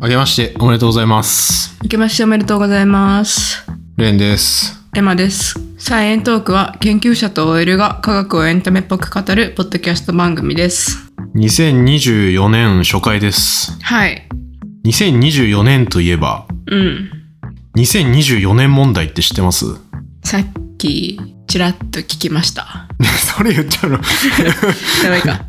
あけましておめでとうございます。明けましておめでとうございます。レンです。エマです。サイエントークは研究者と OL が科学をエンタメっぽく語るポッドキャスト番組です。 2024年初回です。はい。 2024年といえば、うん。 2024年問題って知ってますさっき、ちらっと聞きました。 それ言っちゃうのやばいか。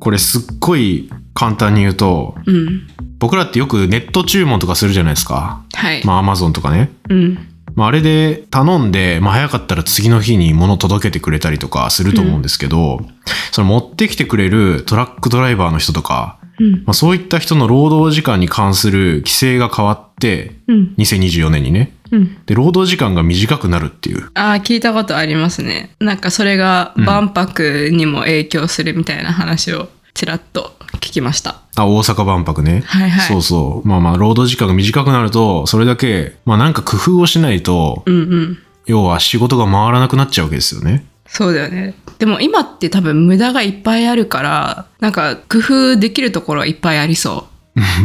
これすっごい簡単に言うと、 うん。僕らってよくネット注文とかするじゃないですか。はい。まあ Amazon とかね。うん。まあ、あれで頼んで、まあ、早かったら次の日に物届けてくれたりとかすると思うんですけど、その持ってきてくれるトラックドライバーの人とか、うん。まあ、そういった人の労働時間に関する規制が変わって、うん。 2024年にね。うん。で、労働時間が短くなるっていう。ああ、聞いたことありますね。なんかそれがうん万博にも影響するみたいな話をちらっと聞きました。あ、大阪万博ね。はいはいそうそう。まあまあ、労働時間が短くなると、それだけ、まあなんか工夫をしないと、うんうん。要は仕事が回らなくなっちゃうわけですよね。 そうだよね。でも今って多分無駄がいっぱいあるから、なんか工夫できるところはいっぱいありそ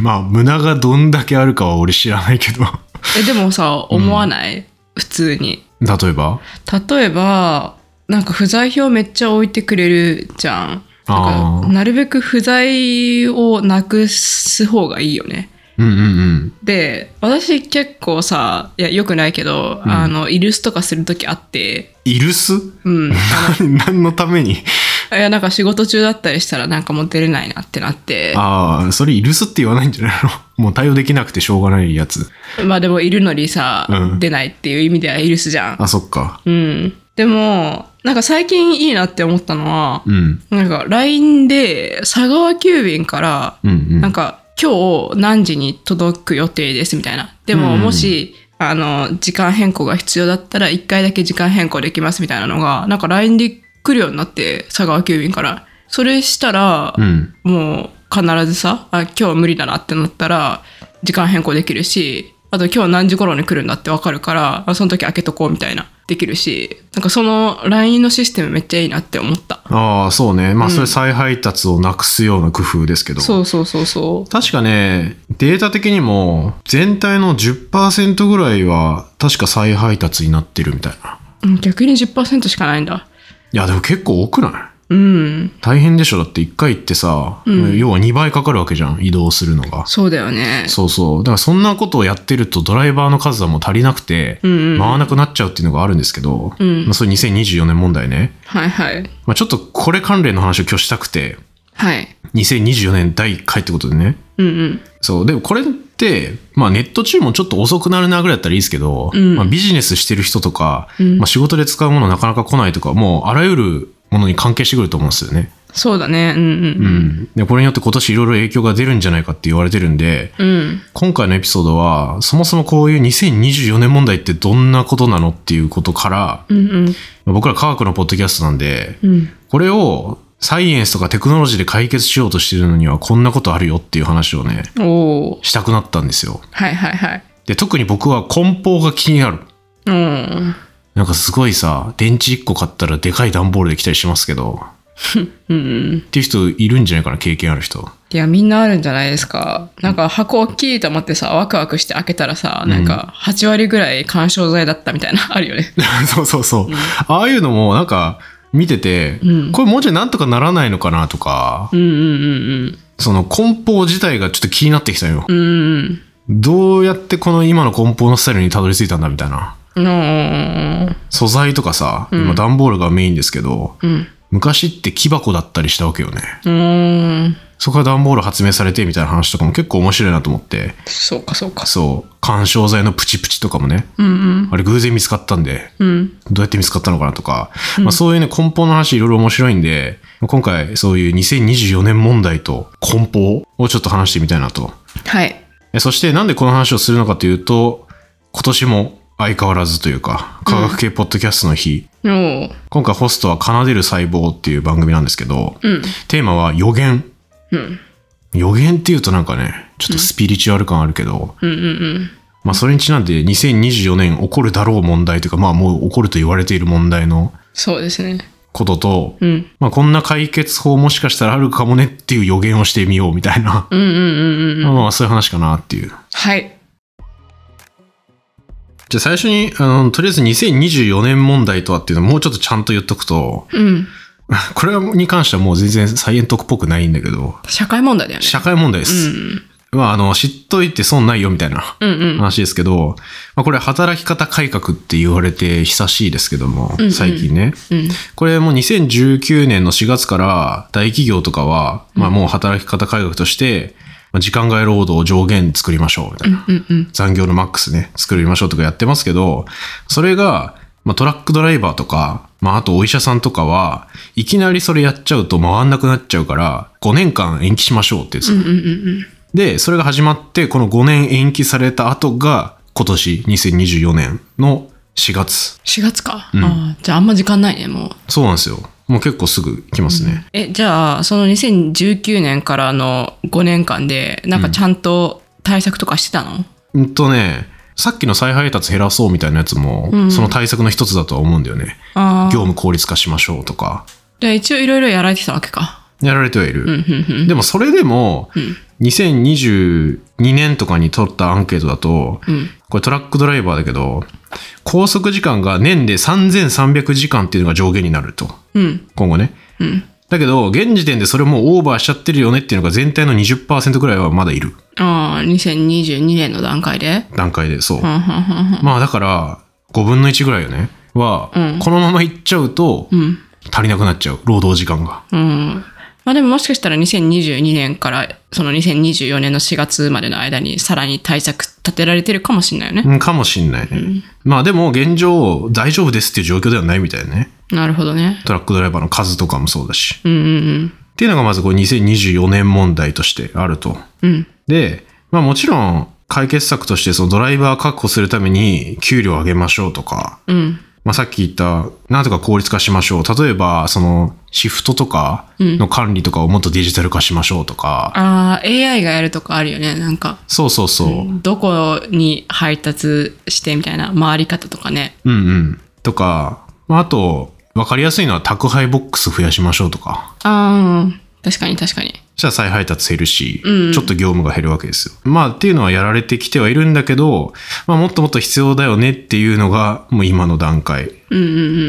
まあ、無駄がどんだけあるかは俺知らないけど。 う。え、でもさ、思わない、普通に。例えば例えば、なんか不在票めっちゃ置いてくれるじゃん。あーなんかなるべく不在をなくす方がいいよね。うんうんうん。で、私結構さ、いや、よくないけど、うんあの、イルスとかするときあって、イルス うん。何何のために いや、なんか仕事中だったりしたらなんかもう出れないなってなって。ああ、それイルスって言わないんじゃないの もう対応できなくてしょうがないやつ。まあでもいるのにさ、うん出ないっていう意味ではイルスじゃん。あ、そっか。うん。でも、なんか最近いいなって思ったのは、うん。なんか LINE で佐川急便から、うんうん。なんか今日何時に届く予定ですみたいな。でうもんもし、あの、時間変更が必要だったら1回だけ時間変更できますみたいなのが、なんか LINE で来るようになって、佐川急便から。それしたら、うん。もう必ずさあ今日は無理だなってなったら時間変更できるしあと今日何時頃に来るんだって分かるからあその時開けとこうみたいなできるしなんかその LINE のシステムめっちゃいいなって思ったああ、そうね。まあ、うんそれ再配達をなくすような工夫ですけど。そうそうそうそ確かね、データ的にも、全体の10%ぐらいは、確か再配達になってるみたいな。ううん逆に10%しかないんだいや、でも結構多くないうん大変でしょだって1回行ってさ、うん要は2倍かかるわけじゃん。移動するのが。そうだよねそうそう。だからそんなことをやってるとドライバーの数はもう足りなくて、うんうん回らなくなっちゃうっていうのがあるんですけど、うんまあ、それ2024年問題ね。はいはいまあ、ちょっとこれ関連の話を今日したくて、はい2024年第1回ってことでね。うんうんそう。でもこれって、まあネット注文ちょっと遅くなるなぐらいだったらいいですけど、うんまあ、ビジネスしてる人とか、うんまあ、仕事で使うものなかなか来ないとか、もうあらゆるものに関係してくると思うんですよね。そうだねうんううんん。で、これによって今年いろいろ影響が出るんじゃないかって言われてるんで、うん今回のエピソードは、そもそもこういう2024年問題ってどんなことなのっていうことから、うんうん僕ら科学のポッドキャストなんで、うんこれをサイエンスとかテクノロジーで解決しようとしてるのにはこんなことあるよっていう話をね、おおしたくなったんですよ。はいはいはいで、特に僕は梱包が気になる。うんなんかすごいさ、電池1個買ったらでかい段ボールで来たりしますけど、うんうんっていう人いるんじゃないかな、経験ある人。いや、みんなあるんじゃないですか。なんか箱大きいと思ってさ、ワクワクして開けたらさ、なんか8割ぐらい緩衝材だったみたいな、 あるよね。 そうそうそう。ああいうのもなんか見てて、うんこれもうちょいなんとかならないのかなとか、うんうんうんその梱包自体がちょっと気になってきたようん。う。んどうやってこの今の梱包のスタイルにたどり着いたんだみたいな。うんうん。うん素材とかさ、うん今段ボールがメインですけど、うん。昔って木箱だったりしたわけよね。うん。そこから段ボール発明されてみたいな話とかも結構面白いなと思って、そうかそうか。そう、緩衝材のプチプチとかもね、うんうん。あれ偶然見つかったんで、うん。どうやって見つかったのかなとか、まあそういうね、梱包の話いろいろ面白いんで、今回そういう2024年問題と梱包をちょっと話してみたいなとはい。えそしてなんでこの話をするのかというと、今年も相変わらずというか、科学系ポッドキャストの日、おー今回ホストは奏でる細胞っていう番組なんですけど、うん。テーマは予言。うん。予言っていうとなんかね、ちょっとスピリチュアル感あるけど、うんうんまあそれにちなんで2024年起こるだろう問題というか、まあもう起こると言われている問題のそうですね。ことと、うん。まあ、こんな解決法もしかしたらあるかもねっていう予言をしてみようみたいな、うんうんうんうんまうあん。まあそういう話かなっていう。はい。じゃあ最初に、あの、とりあえず2024年問題とはっていうのをもうちょっとちゃんと言っとくと、 うん。これに関してはもう全然サイエントっぽくないんだけど、社会問題だよね。社会問題でうす。ん。まあ、あの、知っといて損ないよみたいなうんうん。話ですけど、まあ、これ働き方改革って言われて久しいですけどもんう、ん最近ね。うん。これも2019年の4月から大企業とかは、まあもう働き方改革として、まあ時間外労働を上限作りましょうみたいな。うんうん。残業のマックスね、作りましょうとかやってますけど、それが、まあ、トラックドライバーとか、まあ、あとお医者さんとかは、いきなりそれやっちゃうと回んなくなっちゃうから、5年間延期しましょうってやつ。うんうんうんで、それが始まって、この5年延期された後が、今年2024年の4月。 4月か。うんああ、じゃああんま時間ないね、もう。そうなんですよ。もう結構すぐ来ますね。え、じゃあ、その2019年からの5年間で、なんかちゃんと対策とかしてたの、うんとね、さっきの再配達減らそうみたいなやつも、うんその対策の一つだとは思うんだよね。ああ。業務効率化しましょうとか、じゃあ一応いろいろやられてたわけか。やられてはいる。うん、うん、うん。でもそれでも、2022年とかに取ったアンケートだと、んこれトラックドライバーだけど、拘束時間が年で3300時間っていうのが上限になると。うん、今後ね。うん。だけど、現時点でそれもうオーバーしちゃってるよねっていうのが全体の20%ぐらいはまだいるああ、2022年の段階で。段階で、そう。うん、うん、うんまあだから、5分の1ぐらいよね。は、うんこのままいっちゃうと、うん、足りなくなっちゃう。労働時間が。うん。うん。まあでももしかしたら2022年からその2024年の4月までの間にさらに対策立てられてるかもしれないよね。うんかもしんないね。まあでも、現状、大丈夫ですっていう状況ではないみたいね。なるほどね。トラックドライバーの数とかもそうだし。うん、うん、っていうのがまずこう2024年問題としてあると。うん。うん。で、まあもちろん解決策としてそのドライバー確保するために給料を上げましょうとか、うん。まあさっき言ったなんとか効率化しましょう。例えばそのシフトとかの管理とかをもっとデジタル化しましょうとか、ああ、AI がやるとかあるよね。なんか、そうそうそう。どこに配達してみたいな回り方とかね。うんうん。とか、まああと分かりやすいのは宅配ボックス増やしましょうとか。ああ、確かに確かに。そしたら再配達減るし、うんちょっと業務が減るわけですよ。まあっていうのはやられてきてはいるんだけど、まあもっともっと必要だよねっていうのがもう今の段階。うんうんう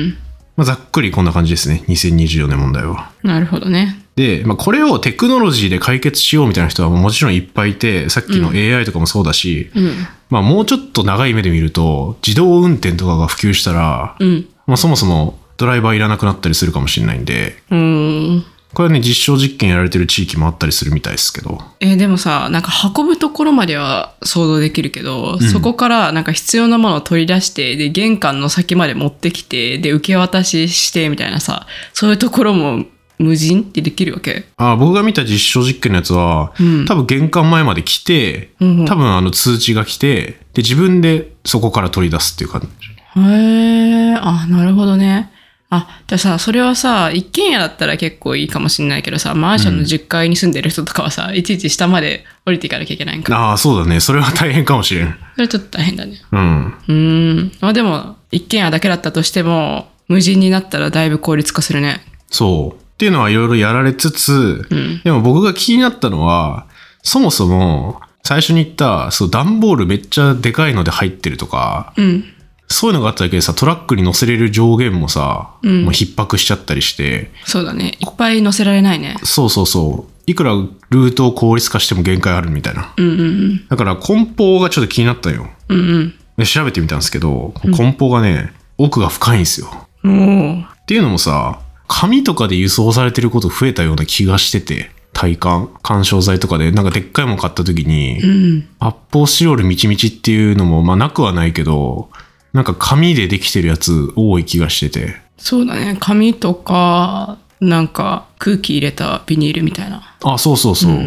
ん。まあざっくりこんな感じですね。2024年問題は。なるほどね。で、まあこれをテクノロジーで解決しようみたいな人はもちろんいっぱいいて、さっきの AI とかもそうだし、うん。まあもうちょっと長い目で見ると、自動運転とかが普及したら、うん。まあそもそもドライバーいらなくなったりするかもしれないんで、うーん。これはね、実証実験やられてる地域もあったりするみたいですけど。えーでもさ、なんか運ぶところまでは想像できるけど、そこからなんか必要なものを取り出して、で、玄関の先まで持ってきて、で、受け渡ししてみたいなさ、そういうところも無人ってできるわけあ僕が見た実証実験のやつは、うん多分玄関前まで来て、うんうん多分あの通知が来てで自分でそこから取り出すっていう感じへえ、あ、なるほどね。あ、じゃあさ、それはさ、一軒家だったら結構いいかもしれないけどさ、マンションの10階に住んでる人とかはさ、いちいち下まで降りていかなきゃいけないんか。ああそうだねそれは大変かもしれんそれちょっと大変だね。うんうーん。まあでも、一軒家だけだったとしても、無人になったらだいぶ効率化するね。そうっていうのはいろいろやられつつ、うんでも僕が気になったのはそもそも最初に言ったそう段ボールめっちゃでかいので入ってるとかうん。そういうのがあっただけでさトラックに乗せれる上限もさ、うんもう逼迫しちゃったりしてそうだね。いっぱい乗せられないね。そうそうそういくらルートを効率化しても限界あるみたいなうんうんだから梱包がちょっと気になったよ。うん。うんで調べてみたんですけど、梱包がね、奥が深いんですよ。っうん。おーていうのもさ、紙とかで輸送されてること増えたような気がしてて、体感、緩衝材とかで、なんかでっかいもの買った時に、うん。発泡スチロールみちみちっていうのも、まあなくはないけど、なんか紙でできてるやつ多い気がしてて。そうだね。紙とか、なんか空気入れたビニールみたいな。あ、そうそうそう。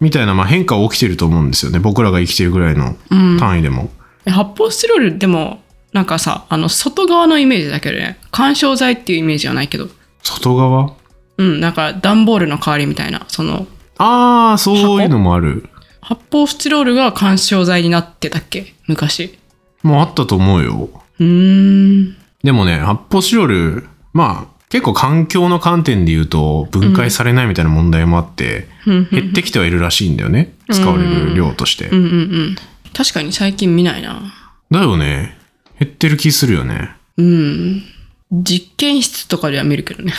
みたいな、まあ変化は起きてると思うんですよね。僕らが生きてるぐらいのうん。単位でも。え発泡スチロールでもなんかさあの外側のイメージだけどね緩衝材っていうイメージはないけど外側うんなんか段ボールの代わりみたいなそのああ、そういうのもある。発泡スチロールが緩衝材になってたっけ昔もうあったと思うよ。うーんでもね、発泡スチロール、まあ、結構環境の観点で言うと分解されないみたいな問題もあって、うん減ってきてはいるらしいんだよね使われる量として、うんうんうん確かに最近見ないなだよね減ってる気するよねうん実験室とかでは見るけどね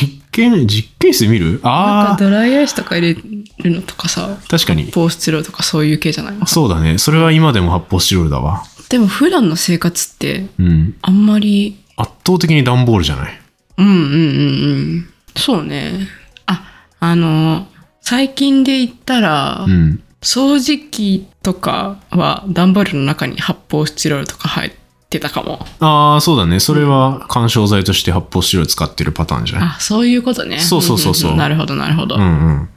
実験実験室見るなんあかあドライアイスとか入れるのとかさ確かにポースチロールとかそういう系じゃないそうだねそれは今でも発泡スチロールだわでも普段の生活ってうんあんまり圧倒的に段ボールじゃないうんうんうんうんそうねああの最近で言ったら、うん掃除機とかは段ボールの中に発泡スチロールとか入ってたかもああそうだねそれは緩衝材として発泡スチロール使ってるパターンじゃないあそういうことねそうそうそうそうんんんなるほどなるほど、うんうん。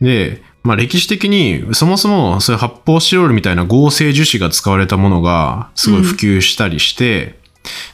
で、まあ歴史的にそもそもそういう発泡スチロールみたいな合成樹脂が使われたものがすごい普及したりして、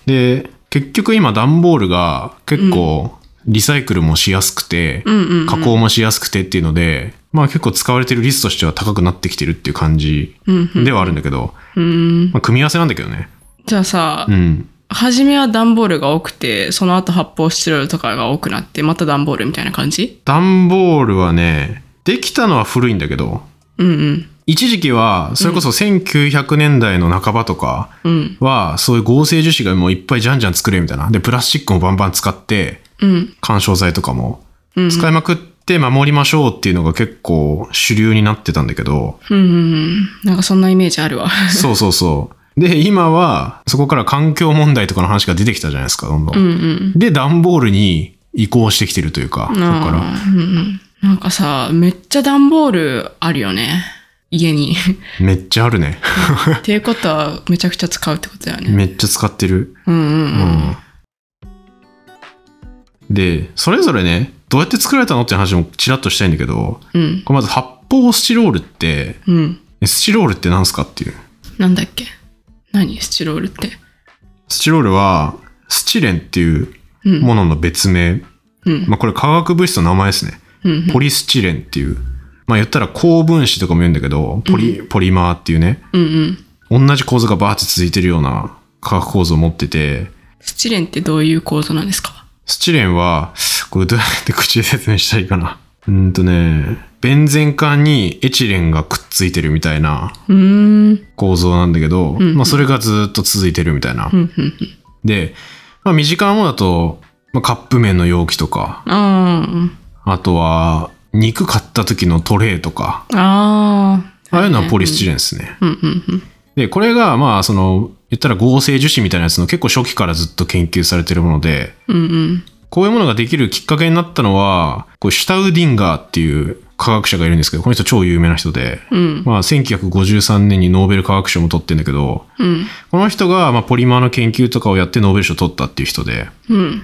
で、結局今段ボールが結構リサイクルもしやすくて、うんうんうん加工もしやすくてっていうので、まあ結構使われてる率としては高くなってきてるっていう感じうんうんではあるんだけど、うんまあ組み合わせなんだけどね。じゃあさ、うん。初めは段ボールが多くてその後発泡スチロールとかが多くなってまた段ボールみたいな感じ段ボールはね、できたのは古いんだけど、うんうん一時期はそれこそ1900年代の半ばとか、うんは、そういう合成樹脂がもういっぱいじゃんじゃん作れみたいな。で、プラスチックもバンバン使って、うん緩衝材とかもうん使いまくって守りましょうっていうのが結構主流になってたんだけ ど、うんうんうんなんかそんなイメージあるわそうそうそう。で、今は、そこから環境問題とかの話が出てきたじゃないですか、どんどうんん。うんで、段ボールに移行してきてるというか、そこなあから。うんうんなんかさめっちゃ段ボールあるよね家に めっちゃあるね。っていうことはめちゃくちゃ使うってことだよねめっちゃ使ってる。うんうんうんうんで、それぞれね、どうやって作られたのって話もちらっとしたいんだけど、うんこれまず発泡スチロールって、うんスチロールって何すかっていう。なんだっけ何スチロールってスチロールは、スチレンっていううんものの別名。うんまあこれ化学物質の名前ですね。うんポリスチレンっていう。まあ言ったら高分子とかも言うんだけど、ポリ、ポリマーっていうね。うんうん同じ構造がバーって続いてるような化学構造を持ってて、スチレンってどういう構造なんですかスチレンは、これどうやって口で説明したらいいかな。うーんとね、ベンゼン管にエチレンがくっついてるみたいなうーん構造なんだけど、まあそれがずっと続いてるみたいなう。んうんで、まあ、身近なものだと、まあ、カップ麺の容器とかうんああとは肉買った時のトレーとかーあああいうのはポリスチレンですね。うんうんうんでこれがまあその言ったら合成樹脂みたいなやつの結構初期からずっと研究されてるものでうんうんこういうものができるきっかけになったのはこうシュタウディンガーっていう科学者がいるんですけどこの人超有名な人で、うんまあ、1953年にノーベル化学賞も取ってるんだけどうんこの人がまあポリマーの研究とかをやってノーベル賞取ったっていう人で。うん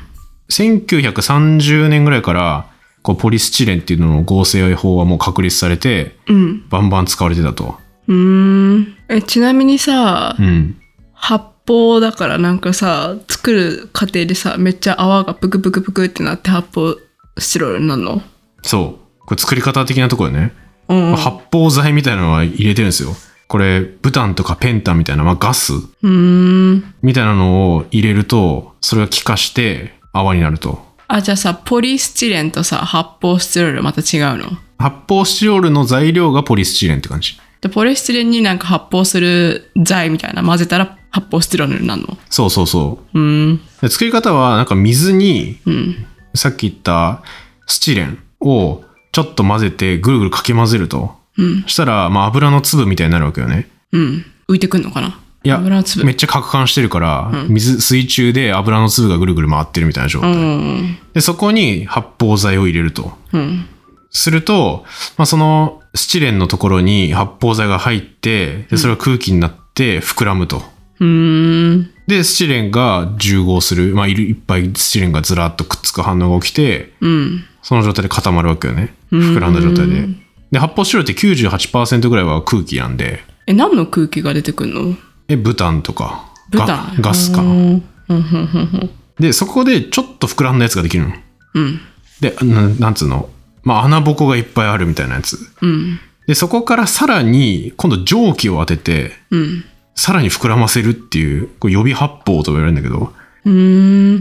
1930年ぐらいからこうポリスチレンっていうのの合成法はもう確立されてうんバンバン使われてたと。うーんえちなみにさうん、発泡だからなんかさ作る過程でさめっちゃ泡がプクプクプクってなって発泡スチロールになるのそうこれ作り方的なところね、うん発泡剤みたいなのは入れてるんですよ。これブタンとかペンタンみたいな、まあ、ガスうーんみたいなのを入れるとそれが気化して泡になると。あじゃあさポリスチレンとさ発泡スチロールまた違うの発泡スチロールの材料がポリスチレンって感じ。でポリスチレンになんか発泡する剤みたいな混ぜたら発泡スチロールになるのそうそうそうーんう。で作り方はなんか水にうんさっき言ったスチレンをちょっと混ぜてぐるぐるかき混ぜると。うんそしたら、まあ、油の粒みたいになるわけよね。うん浮いてくんのかないや、油の粒めっちゃ攪拌してるから、水、水中で油の粒がぐるぐる回ってるみたいな状う態。んで、そこに発泡剤を入れると。うんすると、まあ、そのスチレンのところに発泡剤が入って、で、それが空気になって膨らむと。うーんで、スチレンが重合する。まあ、いる、いっぱいスチレンがずらっとくっつく反応が起きて、うんその状態で固まるわけよね。膨らんだ状態で。で、発泡スチロールって98%ぐらいは空気なんで、え何の空気が出てくんのえ、ブタンとか、豚ガガスかうな。んうんうんうんで、そこでちょっと膨らんだやつができるの。うんで、ななんつうの。まあ、穴ぼこがいっぱいあるみたいなやつ。うんで、そこからさらに、今度蒸気を当てて、うんさらに膨らませるっていう、これ予備発泡とも言われるんだけど、うー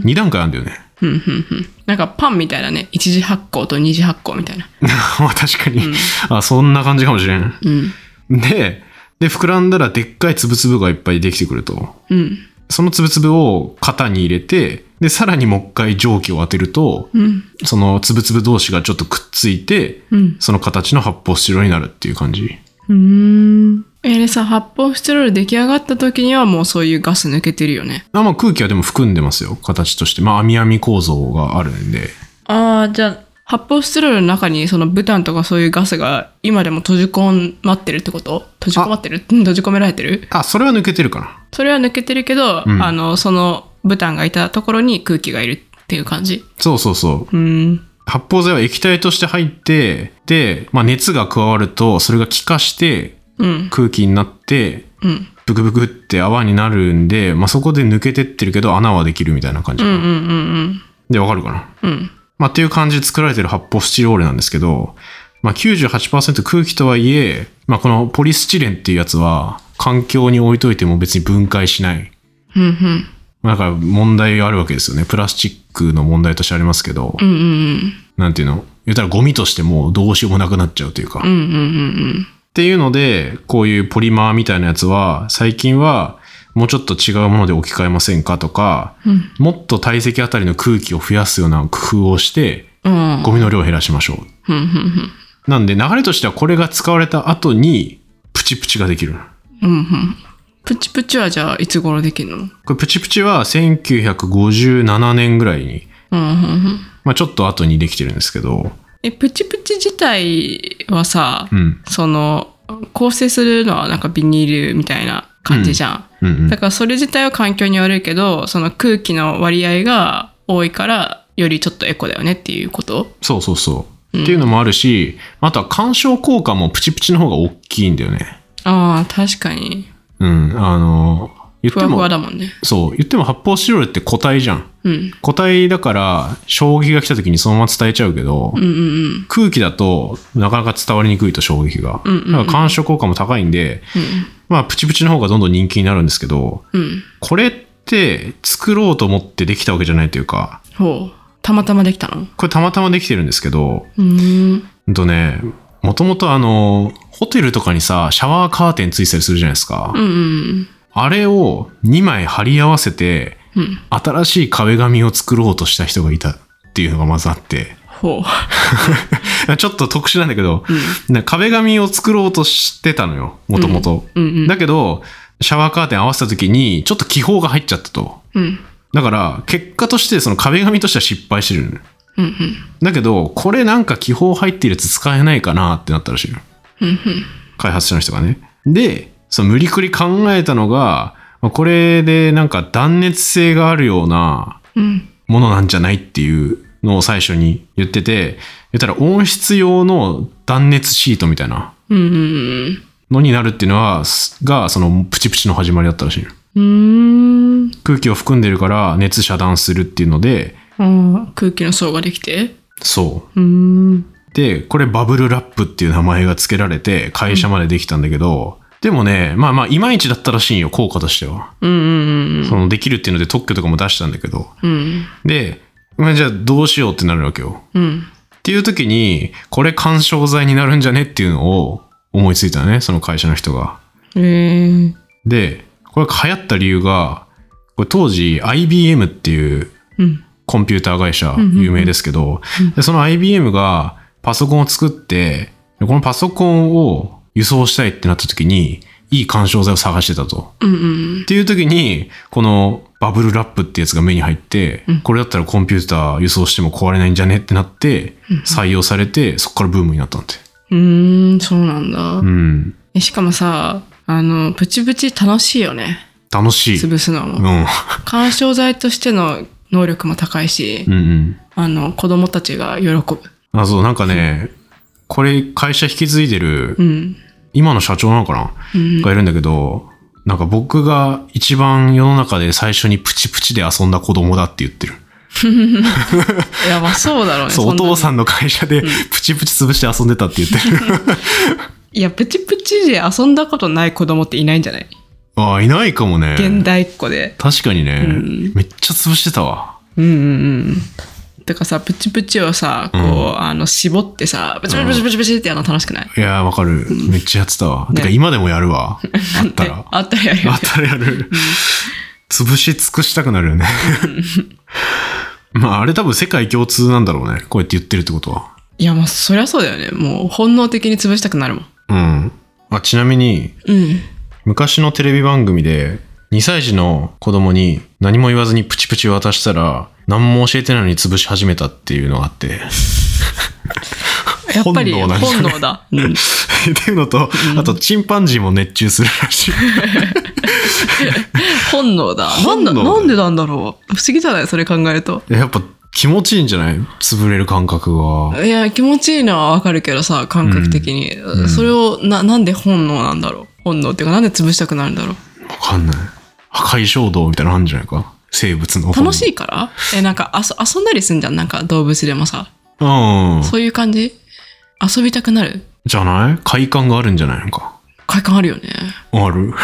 ん2段階あるんだよね。 ううんうんうんなんかパンみたいなね一次発酵と二次発酵みたいなまあ確かに、あそんな感じかもしれんうんでで膨らんだらでっかい粒々がいっぱいできてくるとうんその粒々を型に入れてでさらにもう一回蒸気を当てるとうんその粒々同士がちょっとくっついてうんその形の発泡スチロールになるっていう感じうーんえでさ発泡スチロール出来上がった時にはもうそういうガス抜けてるよねあまあ空気はでも含んでますよ形としてまあ網網構造があるんでああじゃあ発泡スチロールの中にそのブタンとかそういうガスが今でも閉じ込まってるってこと閉じ込まってるうん閉じ込められてるあそれは抜けてるかなそれは抜けてるけど、うんあのそのブタンがいたところに空気がいるっていう感じそうそうそううん発泡剤は液体として入ってで、まあ、熱が加わるとそれが気化してうん空気になってうんブクブクって泡になるんで、まあ、そこで抜けてってるけど穴はできるみたいな感じうかんうな、んうんでわかるかな、うんうんまあ、っていう感じで作られてる発泡スチロールなんですけど、まあ、98%空気とはいえ、まあ、このポリスチレンっていうやつは環境に置いといても別に分解しないうんうんなんか問題があるわけですよねプラスチックの問題としてありますけど、うんうんなんていうの言ったらゴミとしてもうどうしようもなくなっちゃうというか、うんうんうんっていうので、こういうポリマーみたいなやつは、最近はもうちょっと違うもので置き換えませんかとか、うんもっと体積あたりの空気を増やすような工夫をして、うんゴミの量を減らしましょう。うんうんなんで流れとしてはこれが使われた後に、プチプチができる。うんうんうんプチプチはじゃあいつ頃できるのこれプチプチは1957年ぐらいに、うんうんうんまあちょっと後にできてるんですけど、えプチプチ自体はさ、うん。その構成するのはなんかビニールみたいな感じじゃん、うんうんだ。からそれ自体は環境に悪いけどその空気の割合が多いからよりちょっとエコだよねっていうことそうそうそう。っていうのもあるし、あとは干渉効果もプチプチの方が大きいんだよね。ああ確かにうん。あの、言っふてわふもわ、だもんねそう言っても発泡スチロールって固体じゃんうん固体だから衝撃が来た時にそのまま伝えちゃうけど、うんうん空気だとなかなか伝わりにくいと衝撃が、うんうんうんだから干渉効果も高いんで、まあプチプチの方がどんどん人気になるんですけどうんうんこれって作ろうと思ってできたわけじゃないというかほうたまたまできたのこれたまたまできてるんですけどうーんうんとねもともとあのホテルとかにさシャワーカーテンついてたりするじゃないですか、うんうんあれを2枚貼り合わせてうん新しい壁紙を作ろうとした人がいたっていうのがまずあって、ほ ちょっと特殊なんだけど、う、なんか壁紙を作ろうとしてたのよ、もともと。うん、うんうんだけど、シャワーカーテン合わせた時に、ちょっと気泡が入っちゃったと。うんだから、結果としてその壁紙としては失敗してるのようんうんだけど、これなんか気泡入ってるやつ使えないかなってなったらしいの。うんうん開発者の人がね。で、その無理くり考えたのが、まあこれでなんか断熱性があるようなうんものなんじゃないっていうのを最初に言ってて言ったら温室用の断熱シートみたいなうんうんのになるっていうのはすがそのプチプチの始まりだったらしいうんうーん空気を含んでるから熱遮断するっていうのでああ空気の層ができてそうーんうでこれバブルラップっていう名前が付けられて会社までできたんだけど、でもねまあまあいまいちだったらしいよ効果としては、うんうんそのできるっていうので特許とかも出したんだけどうんで、まあ、じゃあどうしようってなるわけようんっていう時に、これ干渉剤になるんじゃねっていうのを思いついたのね、その会社の人が。うんえーで、これが流行った理由が、これ当時 IBM っていううんコンピューター会社んうんうん有名ですけど、でその IBM がパソコンを作って、でこのパソコンを輸送したいってなった時に、いい干渉剤を探してたと。うんうんっていう時に、このバブルラップってやつが目に入って、これだったらコンピューター輸送しても壊れないんじゃねってなって、採用されて、そこからブームになったんだって。うーんそうなんだ、うん。えしかもさあのプチプチ楽しいよね楽しい。潰すのうもん。緩衝材としての能力も高いし、うんうん。あの子供たちが喜ぶあ、そう、なんかね、これ会社引き継いでるう、ん今の社長なのかな、うんがいるんだけど、なんか僕が一番世の中で最初にプチプチで遊んだ子供だって言ってる。いやまあそうだろう ねそう、おんな父さんの会社でプチプチ潰して遊んでたって言って る。いやプチプチで遊んだことない子供っていないんじゃないああ、いないかもね。現代っ子で確かにね、んめっちゃ潰してたわ。うんうんうんてかさプチプチをさこう、あの絞ってさプチプチプチプチプチってやるの楽しくない、いやー、わかる。めっちゃやってたわ。てか、今でもやる わ。あったら。あったらやるよあったらやる。潰し尽くしたくなるよね。 まあ、あれ多分世界共通なんだろうね。こうやって言ってるってことは。いやまあそりゃそうだよねもう本能的に潰したくなるもんうん。あ、ちなみに、うん昔のテレビ番組で、2歳児の子供に何も言わずにプチプチ渡したら、何も教えてないのに潰し始めたっていうのがあって。やっぱり本能本な能んですねだ、うん、 っていうのと、あとチンパンジーも熱中するらしい。本能だ 本能だなんだなんでなんだろう不思議じゃないそれ考えると やっぱ気持ちいいんじゃない潰れる感覚が。いや気持ちいいのはわかるけどさ感覚的に、んそれをななんで本能なんだろう本能っていうかなんで潰したくなるんだろうわかんない。破壊衝動みたいなのあるんじゃないか生物の。楽しいからえなんかあそ遊んだりすんじゃんなんか動物でもさうん。そういう感じ遊びたくなるじゃない快感があるんじゃないのか。快感あるよね ある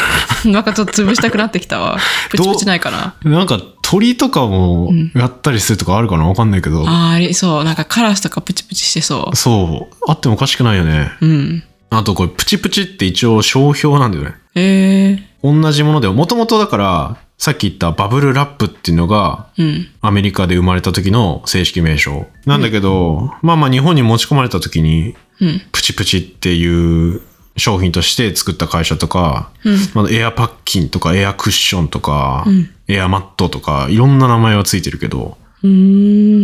なんかちょっと潰したくなってきたわプチプチないかななんか鳥とかもやったりするとかあるかなわかんないけど。あーありそうなんかカラスとかプチプチしてそそう。あってもおかしくないよね。ううんあとこれプチプチって一応商標なんだよね。えー、同じもので、もともとだから、さっき言ったバブルラップっていうのが、うんアメリカで生まれた時の正式名称。なんだけど、まあまあ日本に持ち込まれた時に、うんプチプチっていう商品として作った会社とか、まあエアパッキンとかエアクッションとか、んエアマットとか、いろんな名前はついてるけど、うー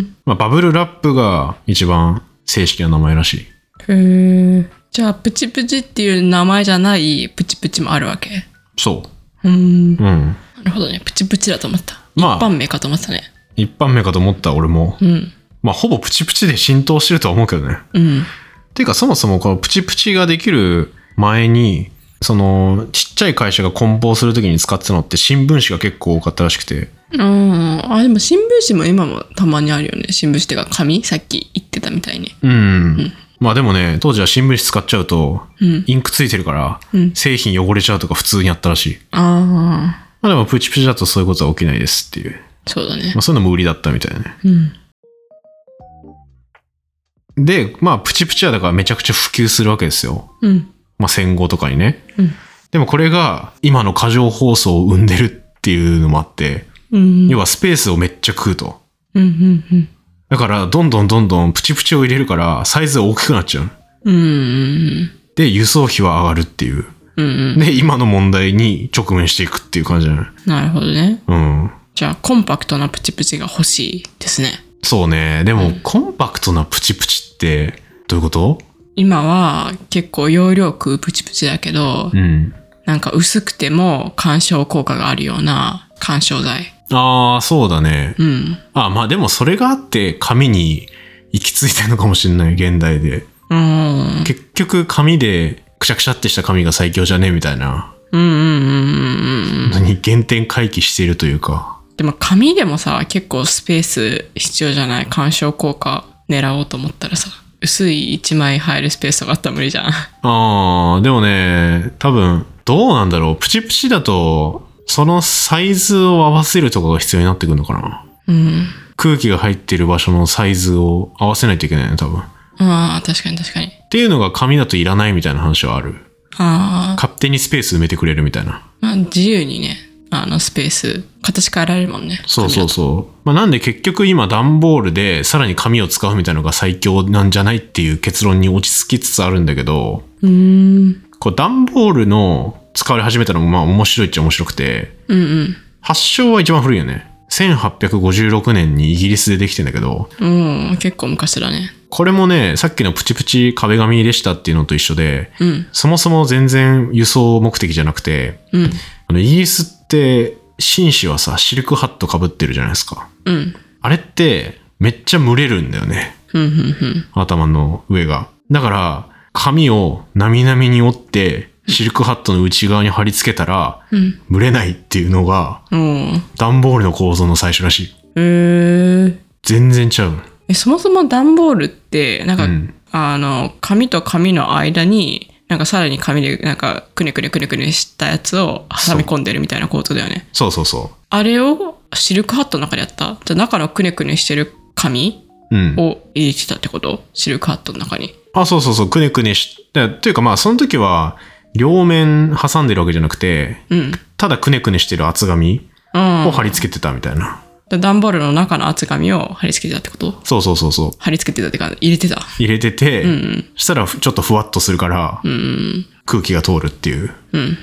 んまあ、バブルラップが一番正式な名前らしい。へーじゃあプチプチっていう名前じゃないプチプチもあるわけそうーんなう。うん。るほどねプチプチだと思ったま一あ、般名かと思ってたね一般名かと思った俺も、うんまあほぼプチプチで浸透してるとは思うけどね。うんていうかそもそもこのプチプチができる前にそのちっちゃい会社が梱包するときに使ってたのって新聞紙が結構多かったらしくてああでも新聞紙も今もたまにあるよね新聞紙っていうか紙さっき言ってたみたいにうん、まあでもね当時は新聞紙使っちゃうとうんインクついてるからうん製品汚れちゃうとか普通にあったらしい、ああまあ、でもプチプチだとそういうことは起きないですっていう、そうだねまあ、そういうのも売りだったみたいねうんでまあプチプチはだからめちゃくちゃ普及するわけですよ、うんまあ、戦後とかにね、うんでもこれが今の過剰放送を生んでるっていうのもあってうん要はスペースをめっちゃ食うと。うんうんうんだから、どんどんどんどんプチプチを入れるから、サイズが大きくなっちゃう。うんうんで、輸送費は上がるっていう。うんうんで、今の問題に直面していくっていう感じじゃないなるほどねうん。じゃあコンパクトなプチプチが欲しいですねそうね。でも、コンパクトなプチプチって、どういうこと今は結構容量食うプチプチだけど、うん。なんか薄くても干渉効果があるような干渉剤ああ、そうだね。うんあまあでもそれがあって、紙に行き着いてるのかもしれない、現代で。うーん結局、紙で、くしゃくしゃってした紙が最強じゃねえみたいな、うんうんうんうんうんのに原点回帰しているというか。でも紙でもさ結構スペース必要じゃない干渉効果狙おうと思ったらさ薄い1枚入るスペースとかあったら無理じゃんああ、でもね、多分、どうなんだろう。プチプチだと、そのサイズを合わせるとかが必要になってくるのかな。うん空気が入ってる場所のサイズを合わせないといけないね、多分。っあー確かに確かにていうのが紙だといらないみたいな話はある。あー勝手にスペース埋めてくれるみたいな。まあ自由にねあのスペース形変えられるもんねそうそう紙だそう。まあ、なんで結局今段ボールでさらに紙を使うみたいなのが最強なんじゃないっていう結論に落ち着きつつあるんだけど、とうーんこう段ボールの使われ始めたのもまあ面白いっちゃ面白くて、うんうん発祥は一番古いよね。1856年にイギリスでできてんだけど、うん結構昔だねこれもね、さっきのプチプチ壁紙でしたっていうのと一緒で、うんそもそも全然輸送目的じゃなくて、うんあのイギリスって紳士はさ、シルクハット被ってるじゃないですか。うんあれってめっちゃ蒸れるんだよね。うんうんうん頭の上が。だから、髪をなみなみに折って、シルクハットの内側に貼り付けたら、うん蒸れないっていうのが、うん段ボールの構造の最初らしい。へー全然ちゃう。えそもそも段ボールってなんか、うんあの紙と紙の間になんかさらに紙でなんかくねくねくねくねしたやつを挟み込んでるみたいな構造だよねそうそうそう。あれをシルクハットの中でやったじゃあ中のくねくねしてる紙うん。を入れてたってことシルクハットの中に。あ、そうそうそう、くねくねして、というかまあ、その時は、両面挟んでるわけじゃなくて、うん。ただくねくねしてる厚紙うんを。貼り付けてたみたいな。で段ボールの中の厚紙を貼り付けてたってことそうそうそうそう。貼り付けてたってか入れてた。入れてて、うん。したらちょっとふわっとするから、うん。空気が通るっていう。うん。うん。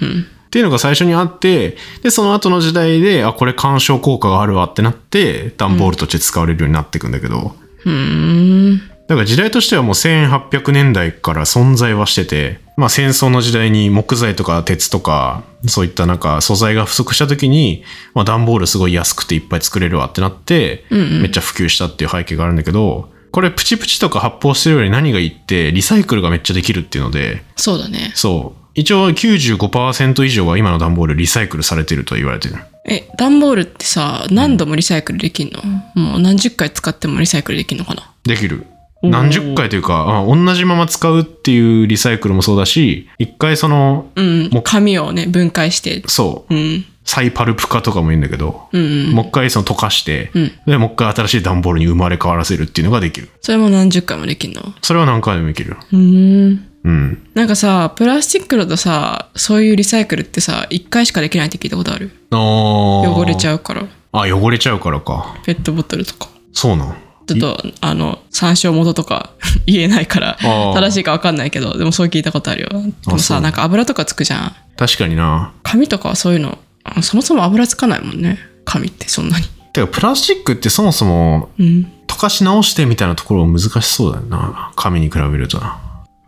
っていうのが最初にあって、で、その後の時代で、あ、これ干渉効果があるわってなって、段ボールとして使われるようになっていくんだけど、うん。だから時代としてはもう1800年代から存在はしてて、まあ戦争の時代に木材とか鉄とか、そういったなんか素材が不足した時に、まあ段ボールすごい安くていっぱい作れるわってなって、うんうんめっちゃ普及したっていう背景があるんだけど、これプチプチとか発泡してるより何がいいって、リサイクルがめっちゃできるっていうので、そうだね。そう。一応95%以上は今の段ボールリサイクルされてると言われてる。え、段ボールってさ、何度もリサイクルできんの、もう何十回使ってもリサイクルできんのかなできる。おー何十回というか、あ同じまま使うっていうリサイクルもそうだし、一回その、うんもう。紙をね、分解して。そう、うん。再パルプ化とかもいいんだけど、うん。もう一回その溶かして、うんで、もう一回新しい段ボールに生まれ変わらせるっていうのができる。それも何十回もできんのそれは何回でもできる。うん。うん。なんかさ、プラスチックだとさ、そういうリサイクルってさ、一回しかできないって聞いたことある。汚汚れちう。ゃうから。あ、汚れちゃうからか。ペットボトルとか。そうなん。ちょっと、あの、参照元とか 言えないから、あー正しいかわかんないけど、でもそう聞いたことあるよ。でそもさ、うなんか油とかつくじゃん。確かにな。紙とかはそういうの、あそもそも油つかないもんね。紙ってそんなに。てか、プラスチックってそもそもうん。溶かし直してみたいなところ難しそうだよな。紙に比べるとな。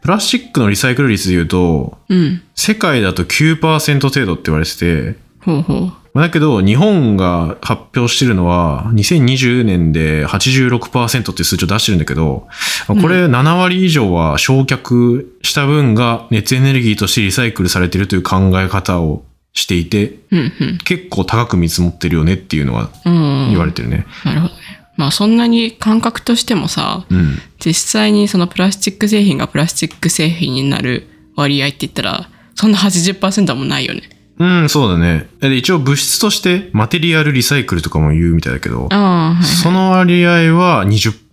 プラスチックのリサイクル率で言うと、うん。世界だと9%程度って言われてて、ほうほう。まあだけど、日本が発表してるのは、2020年で86%っていう数値を出してるんだけど、まあこれ7割以上は焼却した分が熱エネルギーとしてリサイクルされてるという考え方をしていて、うんうん。結構高く見積もってるよねっていうのはうん。言われてるね。なるほどね。まあそんなに感覚としてもさ、うん。実際にそのプラスチック製品がプラスチック製品になる割合って言ったら、そんな80%はもうないよね。うん、そうだね。で一応物質としてマテリアルリサイクルとかも言うみたいだけど、ああ、はい。その割合は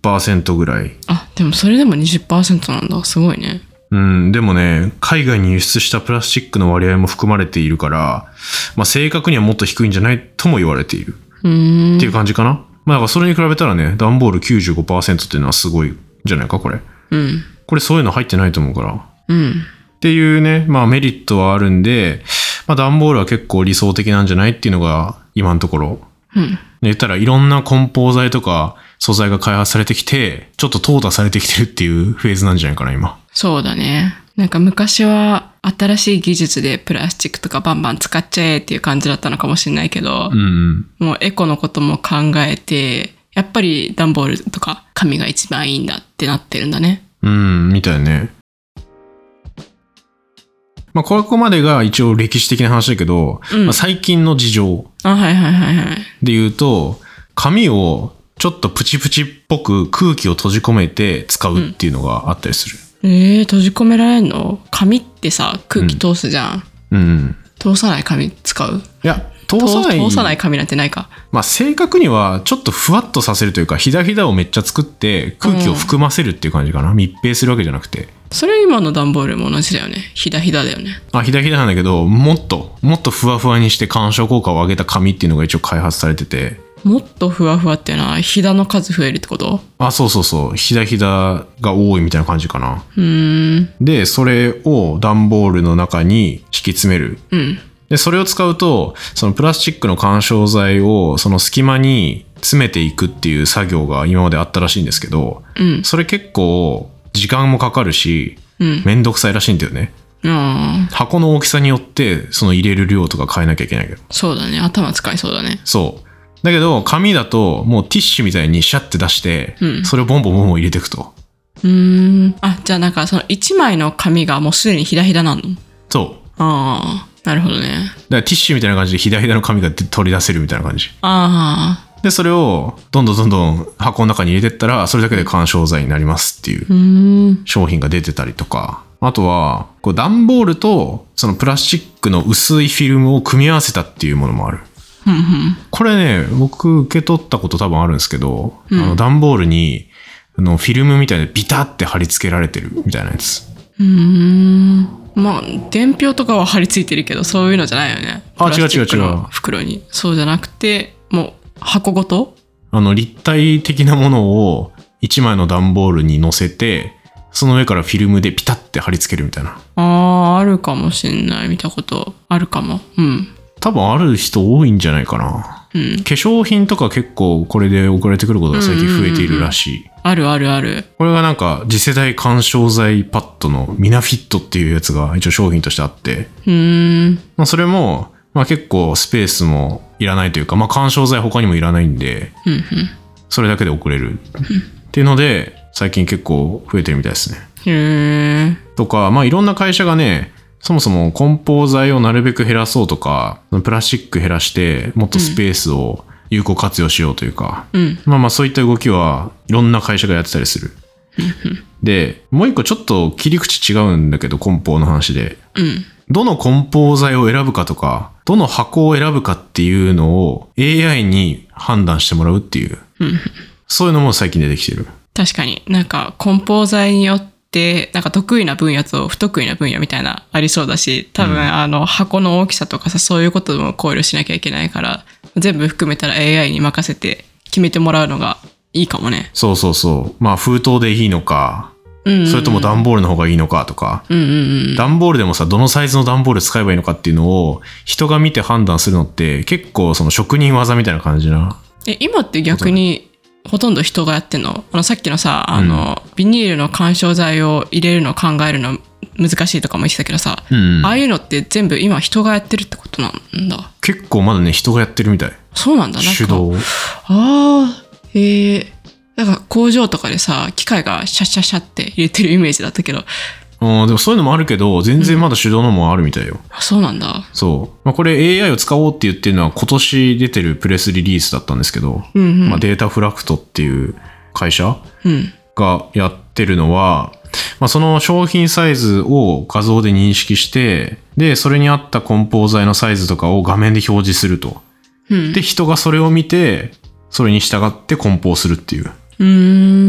20%ぐらい。あ、でもそれでも20%なんだ。すごいね。うん、でもね、海外に輸出したプラスチックの割合も含まれているから、まあ、正確にはもっと低いんじゃないとも言われている。うーんって。いう感じかな。まあ、だからそれに比べたらね、段ボール95%っていうのはすごいんじゃないか、これ。うん。これそういうの入ってないと思うから。うん。っていうね、まあ、メリットはあるんで、まあ、段ボールは結構理想的なんじゃないっていうのが、今のところ。うん。言ったらいろんな梱包材とか素材が開発されてきて、ちょっと淘汰されてきてるっていうフェーズなんじゃないかな、今。そうだね。なんか昔は新しい技術でプラスチックとかバンバン使っちゃえっていう感じだったのかもしれないけどう、んうん。もうエコのことも考えて、やっぱり段ボールとか紙が一番いいんだってなってるんだね。うん、みたいね。まあ、ここまでが一応歴史的な話だけど、うんまあ、最近の事情あ、はいはいはいはい。で言うと、紙をちょっとプチプチっぽく空気を閉じ込めて使うっていうのがあったりする。えー、閉じ込められんの紙ってさ、空気通すじゃん。うん。通さない紙使ういや、通さない。通さない紙なんてないか。まあ、正確にはちょっとふわっとさせるというか、ひだひだをめっちゃ作って空気を含ませるっていう感じかな。密閉するわけじゃなくて。それ今の段ボールも同じだよね。ひだひだだよね。あ、ひだひだなんだけど、もっと、もっとふわふわにして干渉効果を上げた紙っていうのが一応開発されてて、もっとふわふわっていうのは、ひだの数増えるってことあ、そうそうそう。ひだひだが多いみたいな感じかな。うーん。で、それを段ボールの中に敷き詰める。うん。で、それを使うと、そのプラスチックの干渉剤をその隙間に詰めていくっていう作業が今まであったらしいんですけど、うん。それ結構時間もかかるし、うん。めんどくさいらしいんだよね。ああ、箱の大きさによって、その入れる量とか変えなきゃいけないけど。そうだね。頭使いそうだね。そう。だけど、紙だと、もうティッシュみたいにシャッて出して、うんそれをボンボンボンボン入れていくと。うーん。あ、じゃあなんかその1枚の紙がもうすでにひだひだなのそう。ああ、なるほどね。だからティッシュみたいな感じで左左の紙が取り出せるみたいな感じ。ああ、で、それをどんどんどんどん箱の中に入れてったら、それだけで緩衝材になりますっていううーん。商品が出てたりとか。あとは、こう段ボールとそのプラスチックの薄いフィルムを組み合わせたっていうものもある。うんうんこれね、僕受け取ったこと多分あるんですけど、うんあの段ボールに、あの、フィルムみたいでビタって貼り付けられてるみたいなやつ。うーんまあ伝票とかは貼り付いてるけどそういうのじゃないよねあプラスチックの違う違う違う袋にそうじゃなくてもう箱ごとあの、立体的なものを一枚の段ボールに乗せて、その上からフィルムでピタって貼り付けるみたいな。あああるかもしんない見たことあるかもうん多分ある人多いんじゃないかな。うん化粧品とか結構これで送られてくることが最近増えているらしい。あるあるあるこれがなんか次世代緩衝材パッドのミナフィットっていうやつが一応商品としてあって、うーんまあ、それも、まあ、結構スペースもいらないというか、まあ、緩衝材他にもいらないんで、うんうんそれだけで送れる。っていうので、最近結構増えてるみたいですね。へえとか、まあ、いろんな会社がね、そもそも梱包材をなるべく減らそうとか、プラスチック減らして、もっとスペースを有効活用しようというか、うんまあまあそういった動きはいろんな会社がやってたりする。で、もう一個ちょっと切り口違うんだけど、梱包の話で。うんどの梱包材を選ぶかとか、どの箱を選ぶかっていうのを AI に判断してもらうっていう。そういうのも最近出てきてる。確かになんか梱包材によってなんか得意な分野と不得意な分野みたいなありそうだし多分、あの箱の大きさとかさそういうことも考慮しなきゃいけないから全部含めたら AI に任せて決めてもらうのがいいかもね。そうそうそう。まあ封筒でいいのか、うん、それとも段ボールの方がいいのかとか、うんうん段ボールでもさ、どのサイズの段ボール使えばいいのかっていうのを人が見て判断するのって結構その職人技みたいな感じな。え今って逆にほとんど人がやってんのあのさっきのさあの、ビニールの緩衝材を入れるのを考えるの難しいとかも言ってたけどさ、うんああいうのって全部今人がやってるってことなんだ結構まだね、人がやってるみたい。そうなんだなんか手動。ああ、へえ。なんか工場とかでさ、機械がシャッシャッシャッって入れてるイメージだったけど、うん、でもそういうのもあるけど、全然まだ手動のもあるみたいよ。あそうなんだ。そう。まあ、これ AI を使おうって言ってるのは今年出てるプレスリリースだったんですけど、うんうん。まあ、データフラクトっていう会社うん。がやってるのは、まあ、その商品サイズを画像で認識して、で、それに合った梱包材のサイズとかを画面で表示すると。うん。で、人がそれを見て、それに従って梱包するっていう。うー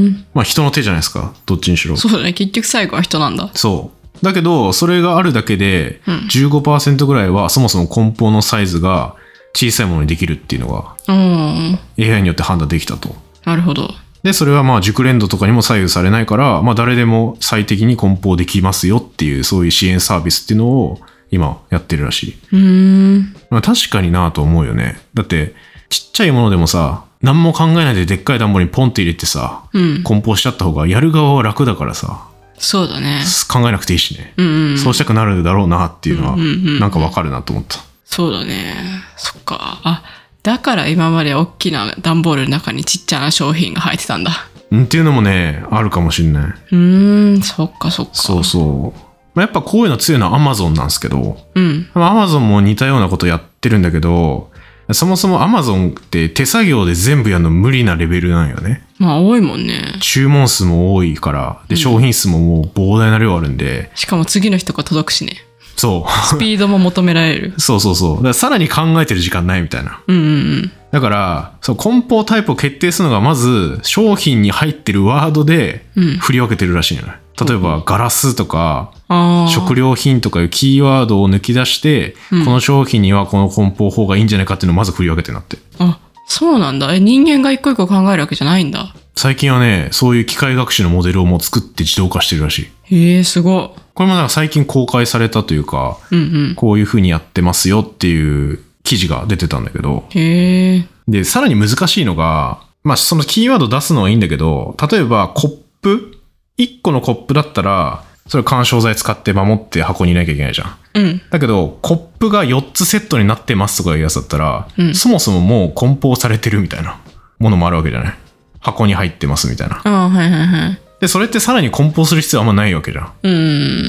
ん。まあ人の手じゃないですか。どっちにしろ。そうだね。結局最後は人なんだ。そう。だけど、それがあるだけでうん、 15%ぐらいはそもそも梱包のサイズが小さいものにできるっていうのがうん。 AI によって判断できたと。なるほど。で、それはまあ熟練度とかにも左右されないから、まあ誰でも最適に梱包できますよっていう、そういう支援サービスっていうのを今やってるらしい。うーん。まあ確かになと思うよね。だって、ちっちゃいものでもさ、何も考えないででっかい段ボールにポンって入れてさ、うん。梱包しちゃった方がやる側は楽だからさ、そうだね。考えなくていいしね。うんうん。そうしたくなるだろうなっていうのは、うんうんうんなんかわかるなと思った。そうだね。そっか。あ、だから今まで大きな段ボールの中にちっちゃな商品が入ってたんだ。うんっていうのもね、あるかもしんない。うーん。そっかそっか。そうそう。まあ、やっぱこういうの強いのは Amazon なんですけど、うん。まあ Amazon も似たようなことやってるんだけど、そもそも Amazon って手作業で全部やるの無理なレベルなんよね。まあ多いもんね。注文数も多いから、で、商品数ももう膨大な量あるんで、しかも次の人が届くしね。そスピードも求められる う。。そうそうそう。だからさらに考えてる時間ないみたいな。うんうんだから、そう、梱包タイプを決定するのが、まず、商品に入ってるワードでうん、振り分けてるらしいのよね。例えば、ガラスとか、ああ。食料品とかいうキーワードを抜き出して、うんこの商品にはこの梱包法がいいんじゃないかっていうのをまず振り分けてるんだって。あ、そうなんだ。え、人間が一個一個考えるわけじゃないんだ。最近はね、そういう機械学習のモデルをもう作って自動化してるらしい。へえ、すごこれもなんか最近公開されたというか、い。うんうん。こういう風にやってますよっていう記事が出てたんだけど、へえ。で、さらに難しいのが、まあ、そのキーワード出すのはいいんだけど、例えばコップ、1個のコップだったら、それ緩衝材使って守って箱にいなきゃいけないじゃん。うん。だけど、コップが4つセットになってますとかいうやつだったら、うんそもそももう梱包されてるみたいなものもあるわけじゃない。箱に入ってますみたいな。ああ、はいはいはい。で、それってさらに梱包する必要あんまないわけじゃん。う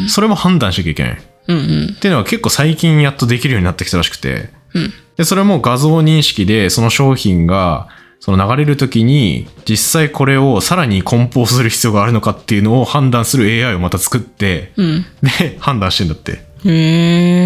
んそれも判断しなきゃいけない。っうん。うんうん。ていうのは結構最近やっとできるようになってきたらしくて、うん。で、それも画像認識で、その商品が、その流れるときに、実際これをさらに梱包する必要があるのかっていうのを判断する AI をまた作って、うん。で、判断してんだって。へ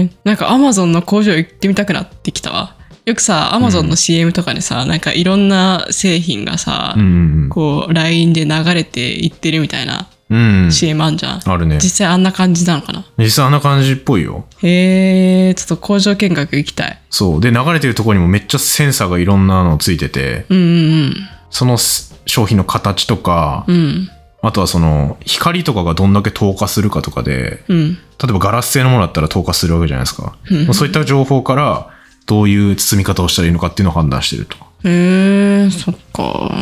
え。なんかアマゾンの工場行ってみたくなってきたわ。よくさ、アマゾンの CM とかでさ、なんかいろんな製品がさ、うんこう、LINE で流れていってるみたいなうんうん。 CM あんじゃん。あるね。実際あんな感じなのかな実際あんな感じっぽいよ。へえ、ちょっと工場見学行きたい。そう。で、流れてるところにもめっちゃセンサーがいろんなのついてて、うんうんそのす商品の形とか、うん。うん。あとはその光とかがどんだけ透過するかとかで、うん。例えばガラス製のものだったら透過するわけじゃないですか。うんまあそういった情報から、どういう包み方をしたらいいのかっていうのを判断してると。へえ、そっか。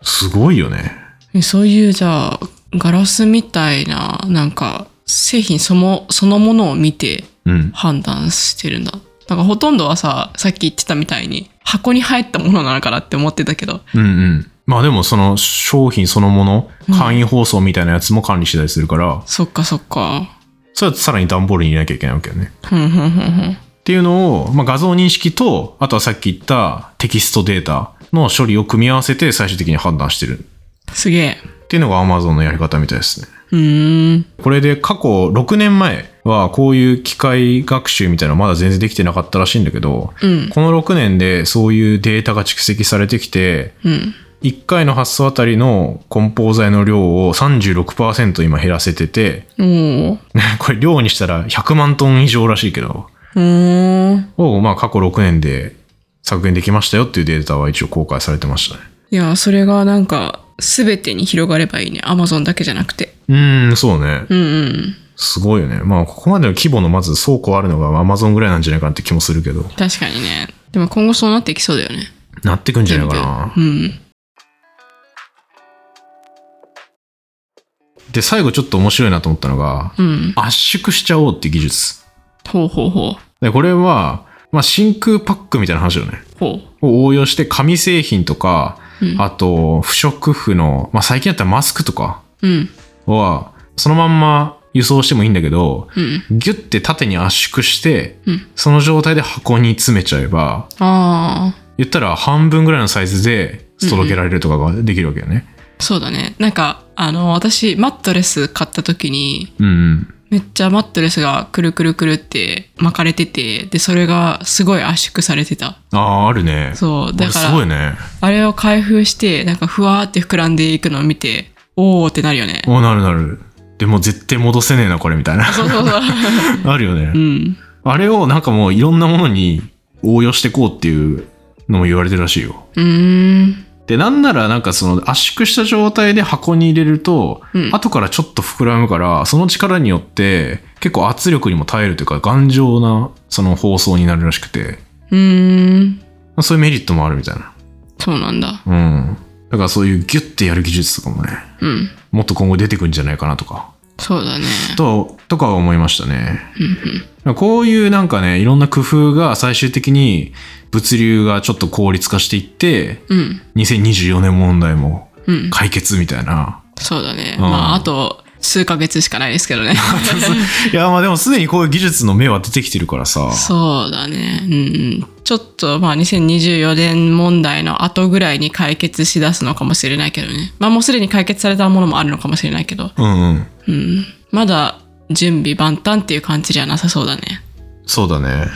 すごいよね。えそういう、じゃあ、ガラスみたいな、なんか、製品その、そのものを見てうん。判断してるんだ。なんかほとんどはさ、さっき言ってたみたいに、箱に入ったものなのかなって思ってたけど。うんうん。まあでもその商品そのもの、簡易包装みたいなやつも管理したりするから、そっかそっか。それはさらに段ボールに入れなきゃいけないわけよね。ふんふんふんふん。っていうのを、まあ、画像認識と、あとはさっき言ったテキストデータの処理を組み合わせて最終的に判断してるすげえ。っていうのが Amazon のやり方みたいですね。うーん。これで過去6年前はこういう機械学習みたいなのまだ全然できてなかったらしいんだけど、うん。この6年でそういうデータが蓄積されてきて、うん。 1回の発送あたりの梱包材の量を36%今減らせてて、 おーこれ量にしたら100万トン以上らしいけど、うーん。を、まあ、過去6年で削減できましたよっていうデータは一応公開されてましたね。いや、それがなんか、すべてに広がればいいね。アマゾンだけじゃなくて。うーん、そうね。うんうん。すごいよね。まあ、ここまでの規模のまず倉庫あるのが Amazon ぐらいなんじゃないかなって気もするけど、確かにね。でも今後そうなっていきそうだよね。なってくんじゃないかな。うん。で、最後ちょっと面白いなと思ったのが、うん。圧縮しちゃおうっていう技術。ほうほうほで、これは、まあ、真空パックみたいな話よね。う。ほを応用して紙製品とか、う。うん。あと、不織布の、まあ、最近だったらマスクとかうん。は、そのまんま輸送してもいいんだけど、うん。ギュッて縦に圧縮して、うん。その状態で箱に詰めちゃえば、ああ。言ったら半分ぐらいのサイズで届けられるとかができるわけよね。そうだね。なんか、あの、私、マットレス買った時に、うん、うん。めっちゃマットレスがくるくるくるって巻かれてて、で、それがすごい圧縮されてた。ああ、あるね。そう。だかこれすごらい、ね。あれを開封して、なんかふわーって膨らんでいくのを見て、おーってなるよね。おなるなる。でも絶対戻せねえな、これみたいな。そうそ うそう。あるよね。うん。あれをなんかもういろんなものに応用してこうっていうのも言われてるらしいよ。うーん。で、なんならなんかその圧縮した状態で箱に入れると、うん後からちょっと膨らむから、その力によって結構圧力にも耐えるというか頑丈なその包装になるらしくて、うーん。まあそういうメリットもあるみたいな。そうなんだ。うん。だからそういうギュッてやる技術とかもね、うん。もっと今後出てくるんじゃないかなとか、そうだね。と、とかは思いましたね。うんうんこういうなんかね、いろんな工夫が最終的に物流がちょっと効率化していって、うん。 2024年問題もうん。解決みたいな。そうだね。うんまあ、あと、数ヶ月しかないですけど ね。いや、まあでもすでにこういう技術の芽は出てきてるからさ。 そうだね。うんうん。ちょっと、まあ、2024年問題の後ぐらいに解決しだすのかもしれないけどね。まあ、もうすでに解決されたものもあるのかもしれないけど。 うんうん。うん。まだ、準備万端っていう感じじゃなさそうだね。そうだね。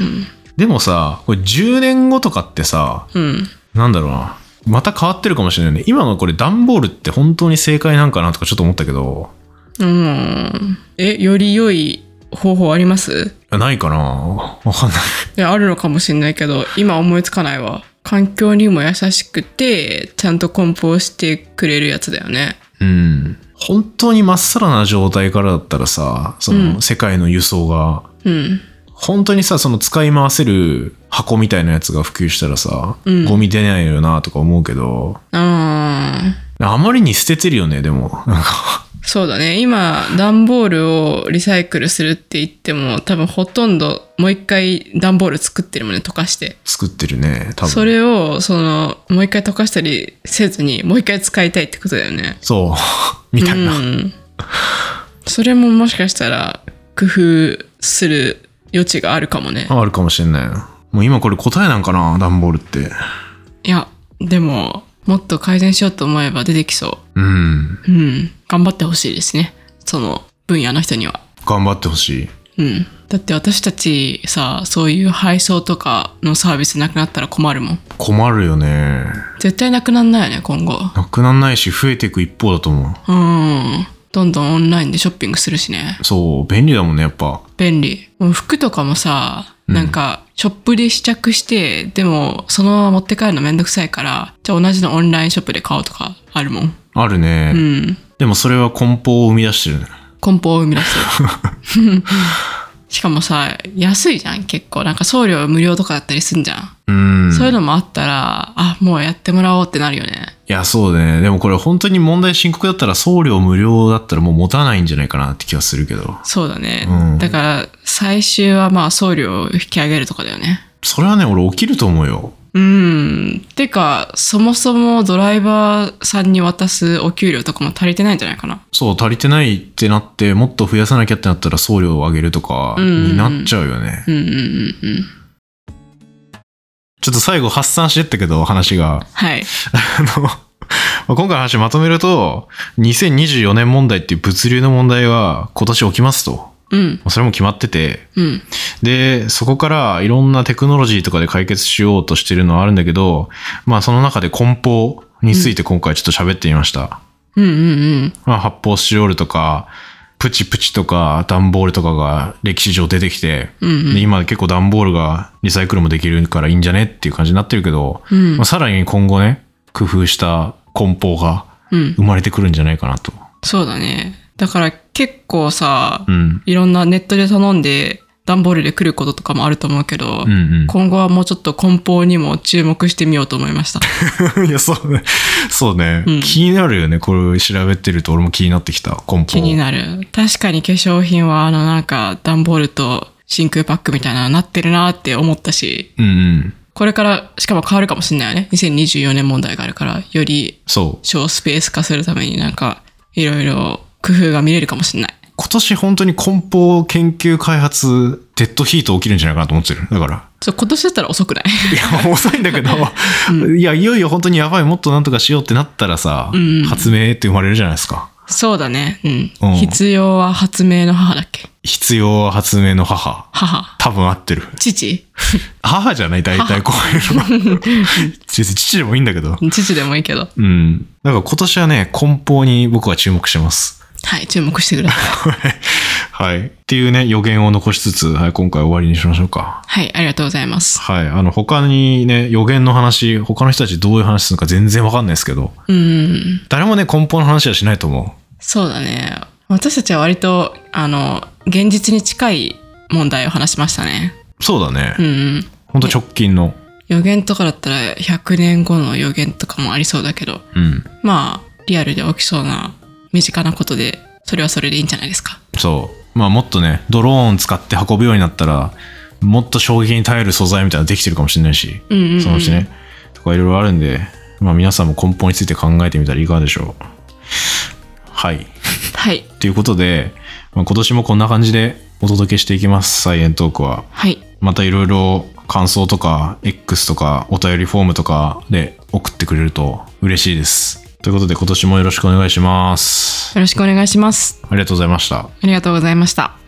でもさ、これ10年後とかってさ、うん。なんだろうな。また変わってるかもしれないね。今のこれ段ボールって本当に正解なんかなとかちょっと思ったけど、うん。え、より良い方法ありますないかなわかんない。いやあるのかもしれないけど今思いつかないわ環境にも優しくてちゃんと梱包してくれるやつだよねうん。本当にまっさらな状態からだったらさ、その世界の輸送が、うん本当にさ、その使い回せる箱みたいなやつが普及したらさ、うんゴミ出ないよなとか思うけど、ああまりに捨ててるよね、でも。なんか、ーそうだね今段ボールをリサイクルするって言っても多分ほとんどもう一回段ボール作ってるもんね溶かして作ってるね、多分。それをそのもう一回溶かしたりせずにもう一回使いたいってことだよねそう。 みたいな。うん、それももしかしたら工夫する余地があるかもねあるかもしれないな。もう今これ答えなんかな、段ボールって。いや、でも、もっと改善しようと思えば出てきそうん。う。うん。頑張ってほしいですね。その分野の人には。頑張ってほしい。ううん。だって私たちさ、そういう配送とかのサービスなくなったら困るもん。困るよね。絶対なくなんないよね、今後。なくなんないし、増えていく一方だと思うん。どんどんオンラインでショッピングするしね。う。そう、便利だもんね、やっぱ。便利。もう服とかもさ、なんか、ショップで試着して、でも、そのまま持って帰るのめんどくさいから、じゃあ同じのオンラインショップで買おうとかあるもん。あるね。うん。でもそれは梱包を生み出してるね。梱包を生み出す。 しかもさ、安いじゃん、結構。なんか送料無料とかだったりすんじゃん。うん。そういうのもあったら、あ、もうやってもらおうってなるよね。いや、そうだね。でもこれ本当に問題深刻だったら送料無料だったらもう持たないんじゃないかなって気はするけど。そうだね。うんだから、最終はまあ送料を引き上げるとかだよね。それはね、俺起きると思うよ。うん。てか、そもそもドライバーさんに渡すお給料とかも足りてないんじゃないかな。そう、足りてないってなって、もっと増やさなきゃってなったら送料を上げるとかうんになっちゃうよね。うんうんうんうん。ちょっと最後発散してったけど、話が。はい。あの、まあ今回の話まとめると、2024年問題っていう物流の問題は今年起きますと。まうん。あそれも決まってて、うん。で、そこからいろんなテクノロジーとかで解決しようとしてるのはあるんだけど、まあその中で梱包について今回ちょっと喋ってみました。うんうんまあ発泡スチロールとか、プチプチとか段ボールとかが歴史上出てきて、うん。うんうんで今結構段ボールがリサイクルもできるからいいんじゃねっていう感じになってるけど、うんまあ、さらに今後ね、工夫した梱包がうん。生まれてくるんじゃないかなと。そうだね。だから結構さう、ん。いろんなネットで頼んで、段ボールで来ることとかもあると思うけうど、ん今後はもうちょっと梱包にも注目してみようと思 いました。うん。いや、そうね。そうね、うん気になるよね。これを調べてると俺も気になってきた。梱包。気になる。確かに化粧品はあのなんか段ボールと真空パックみたいなのなってるなって思ったし、うんうん。これからしかも変わるかもしれないよね。2024年問題があるから、よりそう。小スペース化するためになんかいろいろ工夫が見れるかもしれない。今年本当に梱包研究開発、デッドヒート起きるんじゃないかなと思ってる。だ から。そう今年だったら遅くないい や、遅いんだけど、いや、いよいよ本当にやばい、もっとなんとかしようってなったらさ、ん発明って生まれるじゃないですか。そうだね。うん。うん必要は発明の母だっけ必要は発明の母。母。多分合ってる。父母じゃない大体こう いうの。別に父でもいいんだけど。父でもいいけど。うん。だから今年はね、梱包に僕は注目してます。 はい、注目してください。はい。っていうね、予言を残しつつ、はい、今回終わりにしましょうか。はい、ありがとうございます。はい。あの、他にね、予言の話、他の人たちどういう話するのか全然わかんないですけど、うん。誰もね、梱包の話はしないと思そうだね。私たちは割と、あの、現実に近い問題を話しましたね。う。そうだねう。んうん。ほんと直近の。予言とかだったら100年後の予言とかもありそうだけど、うん。まあ、リアルで起きそうな身近なことで、それはそれでいいんじゃないですか。そう。まあもっとね、ドローン使って運ぶようになったら、もっと衝撃に耐える素材みたいなのできてるかもしれないし、うんうんうんそのうちね。とかいろいろあるんで、まあ皆さんも根本について考えてみたらいかがでしょう。はい。はい。ということで、まあ、今年もこんな感じでお届けしていきます、サイエントークは。はい。またいろいろ感想とか、X とか、お便りフォームとかで送ってくれると嬉しいです。ということで今年もよろしくお願いします。よろしくお願いします。ありがとうございました。ありがとうございました。